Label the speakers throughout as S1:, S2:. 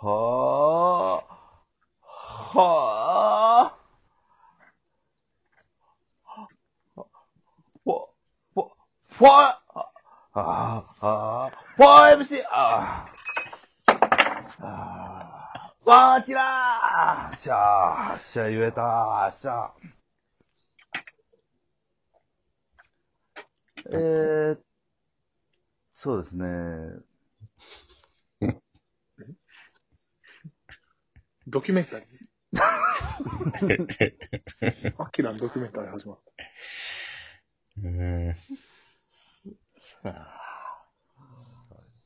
S1: はあ。はあ。フォ、フォ、フォ、ああ、あフォー MC、ああ。ああ。わーきらーしゃあ、しゃあ言えたしゃあ。えー、そうですね。
S2: ドキュメンタリ ー。アキラのドキュメンタリー始まっ
S3: うん。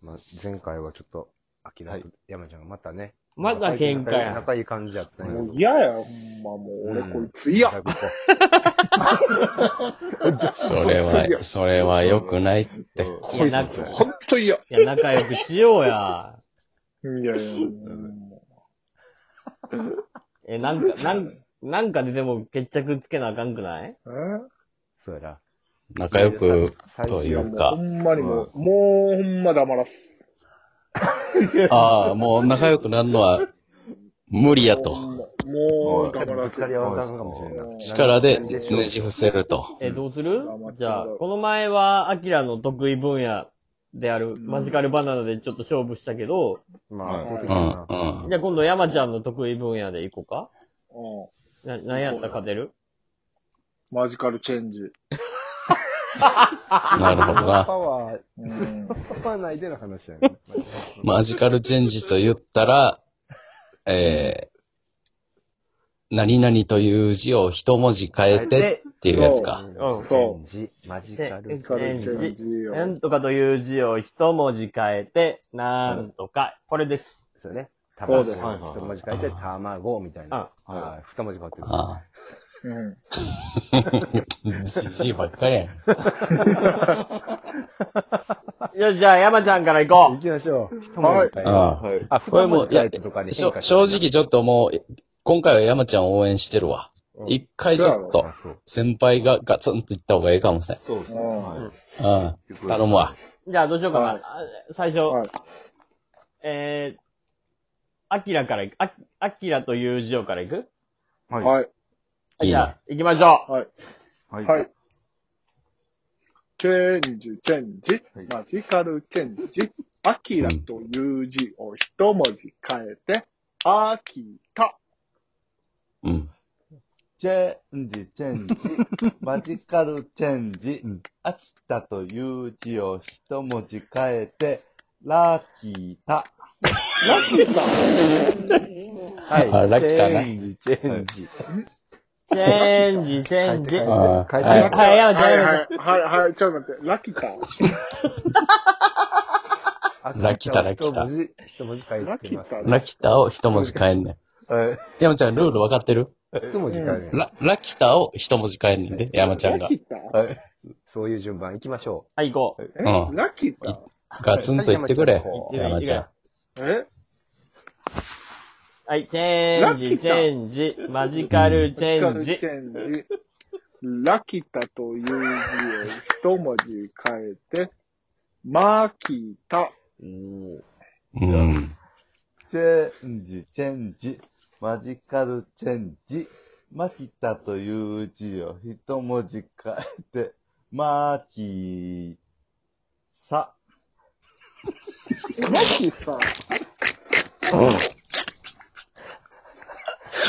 S4: まあ、前回はちょっと、アキラ
S1: はい
S4: と山ちゃんがまたね。
S5: まだ喧嘩や
S4: 仲いい感じやった
S2: た。
S4: んや
S2: もう嫌や、ほんまもう。俺こいつ嫌。
S4: 早く行こ
S3: それ は、それは良くないって。
S5: いや、なく、い
S2: ほんと嫌。い
S5: や、仲良くしようや。
S2: やいや、。
S5: え、なんか、なん、なんかででも決着つけなあかんくないう
S2: え
S4: うそうやな。
S3: 仲良く、と
S2: い
S3: い
S2: や、
S3: う
S2: もう
S3: か
S2: ほ。んまにもう、もうほんま黙らす。
S3: ああ、もう仲良くなるのは無理や
S2: ほ
S3: と。
S2: んまもう
S4: ぶ
S2: 黙ら
S4: つかり
S2: す。
S4: 合わなあかんかもしれんない。
S3: 力でねじ伏せると。
S5: え、どうする
S2: うん
S5: じゃあ、この前は、アキラの得意分野である、マジカルバナナでちょっと勝負したけど、
S4: まあ、
S1: はい
S4: そういう時
S3: う
S4: や
S3: ん
S4: な、
S3: うん。
S5: じゃあ今度山ちゃんの得意分野でいこうか
S2: うん
S5: な、何やったら勝てる
S2: マジカルチェンジ。
S3: なるほどな
S4: パ。ワー、
S2: うん
S4: パワーないでの話やね。
S3: マジカルチェンジと言ったら、えー、何々という字を一文字変えてっていうやつか。
S5: うん
S2: そう
S4: チェンジマジカル
S5: チ
S2: マジカルチェンジよ。
S5: なんとかという字を一文字変えて、なんとか、これです。
S4: そうね。
S2: そうです
S1: はいはい
S4: 一文字書いて、卵みたいな。
S1: あはい
S4: はい。二文字書いてる。
S3: あ
S2: うん
S3: あ。じじいばっかりやん。
S5: よし、じゃあ山ちゃんから行こ
S4: 行きましょう。一
S2: は
S4: 文
S2: い
S4: 字書いて。
S3: ああ。
S1: はい。
S4: あ、
S3: これ
S4: 二
S3: も
S4: 文字書いてとかに
S3: し
S4: 変
S3: ょ
S4: 化して
S3: 正直ちょっともう、今回は山ちゃんを応援してるわ。一回ちょっと
S4: あ、そう。
S3: 先輩がガツンと言った方がいいかもしれん。
S1: そうですね。
S2: うん
S1: は
S3: うん。
S1: い。
S3: 頼むわ。
S5: う。じゃあどうしようかな。
S2: はい
S5: あ最初、
S2: はい
S5: えー、アキラからいく。あアキラという字をからいく
S1: はい。はい。
S2: はい。
S3: いい
S5: じゃ
S3: な。
S5: あ、行きましょう。
S2: はい。
S1: は
S2: はいい。。チェンジ、チェンジ
S1: はい、
S2: マジカルチェンジ。アキラという字を一文字変えて、アキタ。
S3: うん。
S1: チェンジ、チェンジ。マジカルチェンジ。秋田という字を一文字変えて、ラキタ。
S2: ラキタ
S4: はい。
S3: あラッキーだな
S4: チェンジ、チェンジ。
S5: チェンジ、チェンジ。
S4: はい
S5: は
S3: ああ。
S4: 書いて
S3: はい
S5: い、はい、山ち
S2: はい
S5: ゃん。
S2: はい、はい、はい、ちょっと待って、ラキタ。
S3: ラキタラキタ
S4: 一文字、一文字書いてます。
S3: ラキタを一文字変えんねん。
S1: はい。
S3: 山ちゃん、ルール分かってる
S4: 一文字書いてます。
S3: ラ、ラキタを一文字変えんねんで、山ちゃ
S2: ラ
S3: んが。
S2: キタ
S1: はい。
S4: そういう順番行きましょ
S5: はい、行こう。
S2: え
S3: うん
S2: ラキタ
S3: ガツンと言ってくれ、
S5: い
S3: 山ちゃん。
S2: え
S5: はい、チェン
S2: ラキ
S5: ジ、
S2: タ
S5: チェンジ。マジカルチ
S2: マジカ
S5: ェン
S2: ル
S5: ジ
S2: チ。ェンジ。ラキタという字を一文字変えて、マキタ。
S3: うん。
S1: チェンジ、チェンジ。マジカルチェンジ。マキタという字を一文字変えて、マキサ。
S2: マキタ。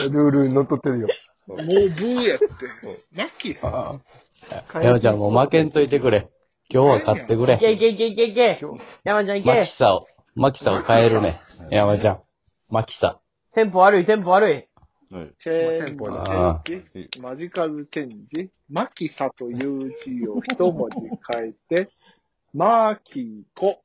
S4: う。ルールに乗っ取ってるよ。
S2: もうブーやって。ラキタ。
S3: ああ山ちゃん、もう負けんといてくれ。今日は勝ってく
S5: いけ
S3: れ。
S5: いけいけいけいけ。山ちゃんい
S3: マ
S5: け
S3: キ。サを、マキサを変えるね。山ちゃん。マキサ。
S5: テンポ悪い、テンポ悪い。
S1: はい。
S2: チェンジ、
S3: あ
S2: チェンジ、マジカルチェンジ、マキサという字を一文字変えて、マーキーコ、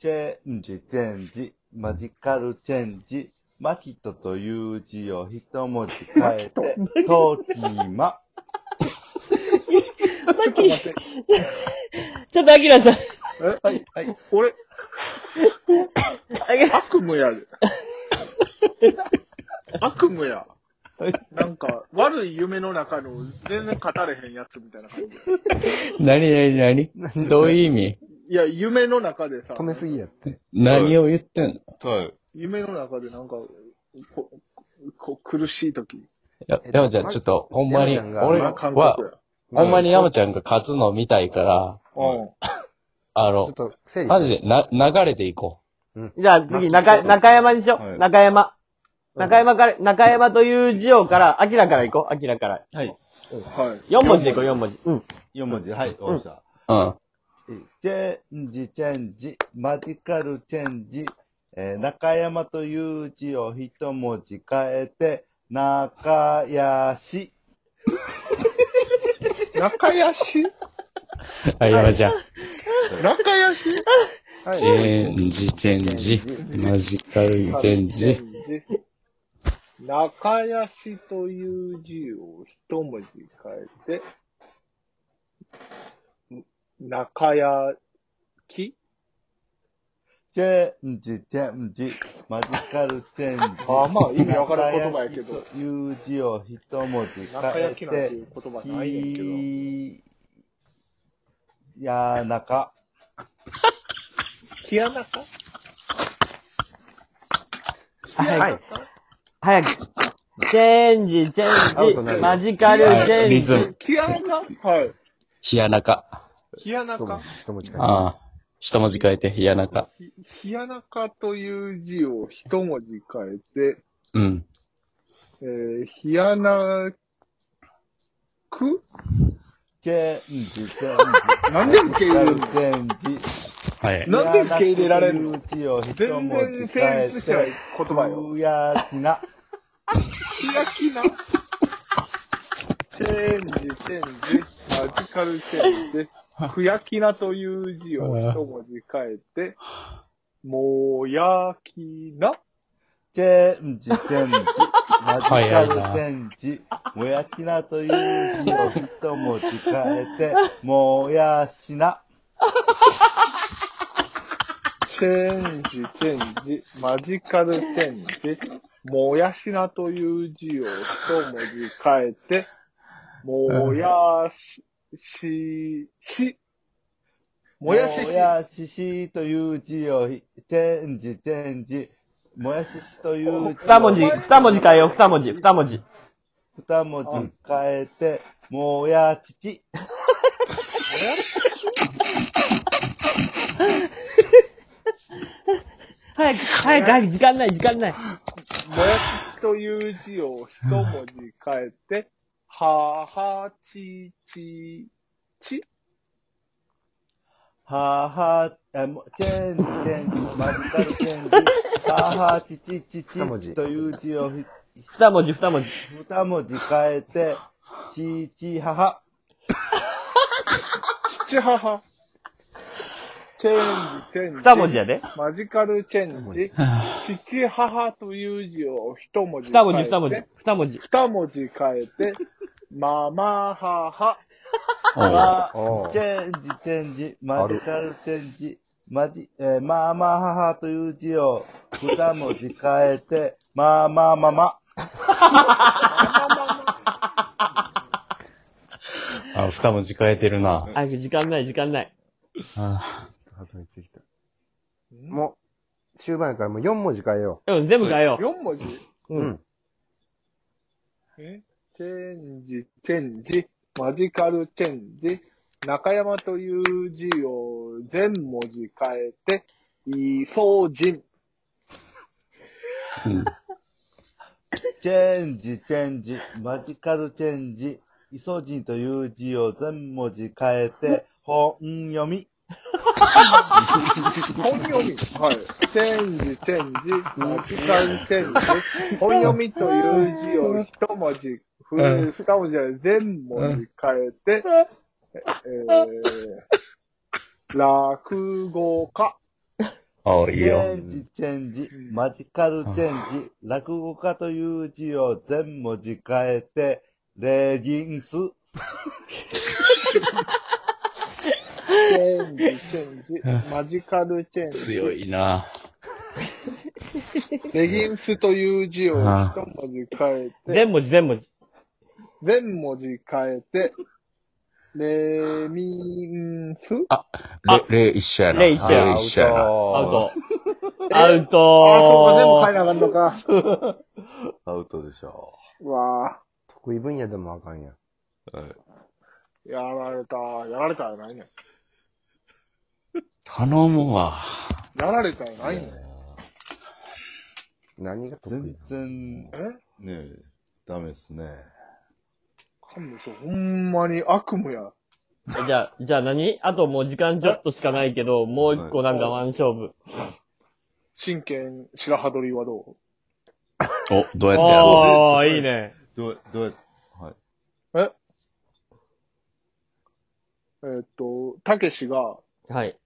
S1: チェンジ、チェンジ、マジカルチェンジ、マキトという字を一文字変えて、トーキーマ。
S2: ちょっと待って、
S5: ちょっとアキラさん、
S2: え、
S1: はい、はい。
S2: 俺、
S5: アキラ
S2: 悪夢やで。悪夢や。なんか、悪い夢の中の全然語れへんやつみたいな感じ。
S3: 何何何どういう意味
S2: いや、夢の中でさ、
S4: 止めすぎやって。
S3: 何を言ってんの
S1: はい。
S2: 夢の中でなんか、ここ苦しい時。
S3: や、山ちゃん、ちょっと、ほんまに、
S4: 山ちゃんが
S3: 俺
S2: まあ感覚
S3: は、
S2: や。
S3: ほんまに山ちゃんが勝つの見たいから、
S2: うん。
S3: あ
S4: ちょっ
S3: の、
S4: と、整理
S3: マジで、な、流れていこ
S5: じゃあ次、中、中山にしよ
S1: は
S5: う。
S1: い
S5: 中山。中山から、中山という字をから、アキラから行こう。アキラから。
S1: はい。
S2: はい。
S5: 4文字で行こう、4文字。うん。
S1: 4文字。はい、わかりました。
S3: う。うん。
S1: チェンジ、チェンジ、マジカルチェンジ。えー中山という字を一文字変えて、中やし。
S2: 中屋し
S3: はい、山ちゃん。
S2: 中屋し
S3: チェンジ、チェンジ。マジカルチェンジ。
S2: 中屋しという字を一文字変えて、ん中屋き
S1: チェンジ、チェンジ、マジカルチェンジ。
S2: あまあ意味わからん言葉やけど
S1: 中焼きという字を一文字
S2: 中
S1: 変
S2: 屋
S1: え
S2: きなんて
S1: て
S2: いう、言葉ないねんけど。
S1: ひやなか。
S2: 木屋中
S5: はい。早く。チェンジ、チ
S4: アウト
S5: ェ
S4: にな
S5: ンジ。
S4: る
S5: マジカル
S3: は
S5: チェ
S3: い、
S5: ン
S3: リ
S5: ジ。
S3: ズム。
S2: 木屋中はい。
S3: 冷や中。
S2: 木屋
S4: 一文
S2: 中
S4: 字、一文字書いて。
S3: ああ。一文字変えて、冷や中。
S2: ひひやなかという字を一文字変えて、
S3: うん。
S2: えー、ひやなく
S1: チェンジ、チェンジ。
S2: なんで受け入れるの
S1: マジカルチェンジ。
S3: はい。
S2: なんで受け入れられんの
S1: ひやなかという字を一
S2: 全
S1: 文
S2: 然
S1: 字
S2: 成
S1: 変え
S2: 立してない
S1: て、
S2: 言葉よ。
S1: ふやきな。
S2: ひやきな。チェンジ、チェンジ、マジカルチェンジ。ふやきなという字を一文字変えて、もやきな。
S1: チェンジ、チェンジ。マジカルチェンジ。もやきなという字を一文字変えて、もやしな。
S2: チェンジ、チェンジ、マジカルチェンジ、もやしなという字を一文字変えて、もやし、し、し、もやし
S1: も、
S2: し
S1: やししという字をひ、チェンジ、チェンジ。もやししという字を
S5: 二文字、二文字変えよう、二文字、二文字。
S1: 二文字変えて、もやちち。
S5: 早く、早く、早く、時間ない、時間ない。
S2: もやしという字を一文字変えて、ははちちち、
S1: はは、え、もチェンジ、チェンジ。マジカルチェンジ。はは、ちちち
S4: 二文字
S1: ちという字をひ
S5: 二文字、二文字。
S1: 二文字変えて、ちちはは。
S2: ちはは。チェンジ、チェンジ。
S5: 二文字やで。
S2: マジカルチェンジ、父母という字を一文字
S5: 二
S2: 変えて。
S5: 文字、二文字。二文字。
S2: 二文字変えて、ママ母。
S3: おう
S1: あ
S4: お
S1: チ
S4: ー
S1: ェンジ、チェンジ、マジカルチェンジ、マジ、えー、まあまあ母という字を二文字変えて、まあまあまあま。
S3: あ、二文字変えてるな。
S5: 早く、時間ない、時間ない。
S3: あ
S4: ハートについてきた。もう、終盤やからもう4文字変えよ
S5: うん、全部変えよ
S2: 四文字
S4: う。
S5: う。うん。。
S2: えチェンジ、チェンジ、マジカルチェンジ、中山という字を全文字変えて、イソジン。
S3: うん。
S1: チェンジ、チェンジ、マジカルチェンジ、イソジンという字を全文字変えて、本読み。
S2: 本読み。はい。チェンジ、チェンジ、マジカルチェンジ、本読みという字を一文字、ふ二文字で全文字変えて、えー、落語家。
S3: おういい
S1: チェ
S3: よ。
S1: ンジ、チェンジ、マジカルチェンジ、落語家という字を全文字変えて、レギンス。
S2: チェンジ、チェンジ、マジカルチェンジ。
S3: 強いな。
S2: レギンスという字を一文字変えて、
S5: 全文字、全文字。
S2: 全文字変えて、レミンス
S3: あ、レ、レ一緒やな。
S5: レ一緒や
S3: レ一緒やな。
S5: アウト。アウ
S2: あ、そうか、全部
S5: ト
S2: 変えなあかんのか。
S1: アウトでしょ
S2: うわ
S4: 得意分野でもあかんやん。
S1: う。はい。
S2: ぁ、やられた、やられたやないねん。
S3: 頼むわ。
S2: やられたやないねん。
S4: 何が得意
S1: 全然、
S2: え
S1: ねえ、ダメですね。
S2: 神野さん、ほんまに悪夢や。
S5: じゃあ、じゃあ何あともう時間ちょっとしかないけど、もう一個なんかワン勝負。
S2: 真剣白羽鳥はど
S3: お、どうやってやろ
S5: おー、いいね。
S1: どう、どうやっはい。
S2: うえーっと、たけしが、
S5: はい。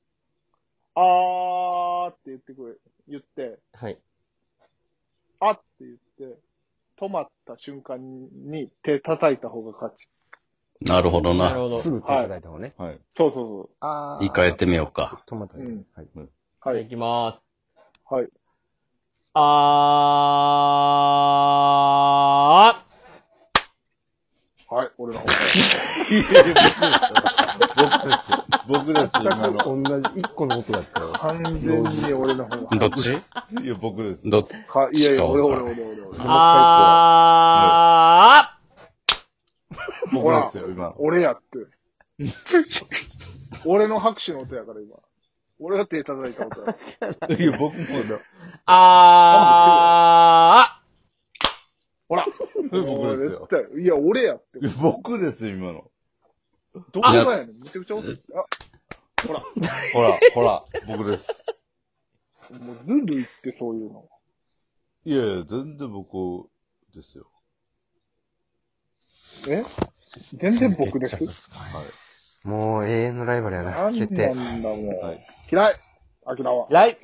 S2: あーって言ってくれ、言って、
S5: はい。
S2: あって言って、止まった瞬間に手叩いた方が勝ち。
S3: うなるほど
S5: なる
S3: な。
S5: ほど
S4: す。ぐ手叩いた方ね。
S1: はい。
S2: そうそう
S4: あー。
S3: 一回やってみようか。
S4: トマト。
S2: うん
S4: はい。
S2: そう。は
S5: はい、い
S2: い。
S5: きまーす。
S2: はい。
S5: あ
S2: はい、俺の方
S1: 僕です、今の。
S4: 同じ、一個の音だったよ。
S2: 完全に俺 の方が。
S3: どっち
S1: いや、僕です。
S3: どっ
S2: かいやい
S3: しか
S2: や、
S3: も
S2: 俺俺俺俺俺
S5: ー。あ
S1: 僕ですよ、今。
S2: 俺やって。 俺の拍手の音やから今。俺が手叩いた音や。
S1: いや、僕もだ。
S5: ー。あ
S2: ほら
S1: 僕ですよ
S2: 絶対いや、俺やって
S1: い。や僕ですよ、今の。
S2: どこがやねん。めちゃくちゃ音。あ、
S1: ほら、ほら、僕です。
S2: もうずるいってそういうの。
S1: いやいや、全然僕ですよ。
S2: え全然僕です。
S4: もう永遠のライバルやな。
S2: なん
S4: 決
S2: な
S4: 定。
S2: んだもん。
S1: はい。
S2: 嫌い。秋田は。
S5: ー。ライ